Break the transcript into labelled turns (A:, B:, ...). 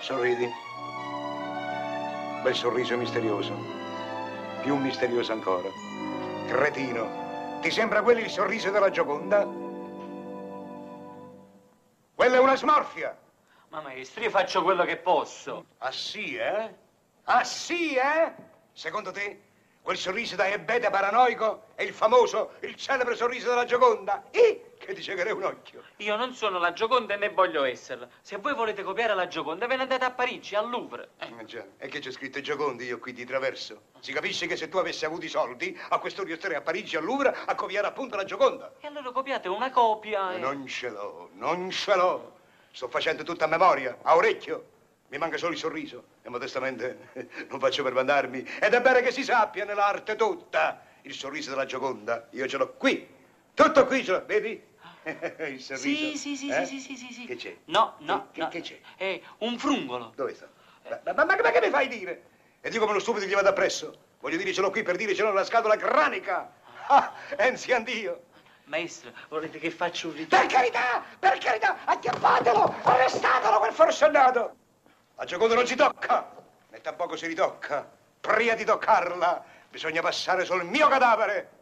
A: Sorridi. Bel sorriso misterioso. Più misterioso ancora. Cretino, ti sembra quello il sorriso della Gioconda? Quella è una smorfia!
B: Ma maestro, io faccio quello che posso.
A: Ah sì, eh? Ah sì, eh? Secondo te quel sorriso da ebete paranoico è il famoso, il celebre sorriso della Gioconda? Eh? Che dice che è un occhio.
B: Io non sono la Gioconda e né voglio esserla. Se voi volete copiare la Gioconda, ve ne andate a Parigi, al Louvre. Eh,
A: Eh già, e che c'è scritto Giocondi io qui di traverso? Si capisce che se tu avessi avuto i soldi, a quest'ora io starei a Parigi, a Louvre, a copiare appunto la Gioconda.
B: E allora copiate una copia e...
A: Non ce l'ho, non ce l'ho. Sto facendo tutto a memoria, a orecchio. Mi manca solo il sorriso e modestamente non faccio per mandarmi. Ed è bene che si sappia nell'arte tutta il sorriso della Gioconda. Io ce l'ho qui, tutto qui ce l'ho, vedi? Il sorriso.
B: Sì, sì, sì,
A: eh?
B: sì, sì, sì, sì.
A: Che c'è?
B: No, no,
A: Che- che-
B: no.
A: che c'è?
B: È un frungolo.
A: Dove sta? Ma, ma- ma- ma che mi fai dire? E dico come uno stupido gli vado appresso. Voglio dire, ce l'ho qui per dire ce l'ho una scatola granica. Ah, Enzi Andio.
B: Maestro, volete che faccia un ritratto?
A: Per carità, per carità, acchiappatelo, arrestatelo quel forsennato. La Gioconda non si tocca, né tampoco si ritocca. Prima di toccarla, bisogna passare sul mio cadavere.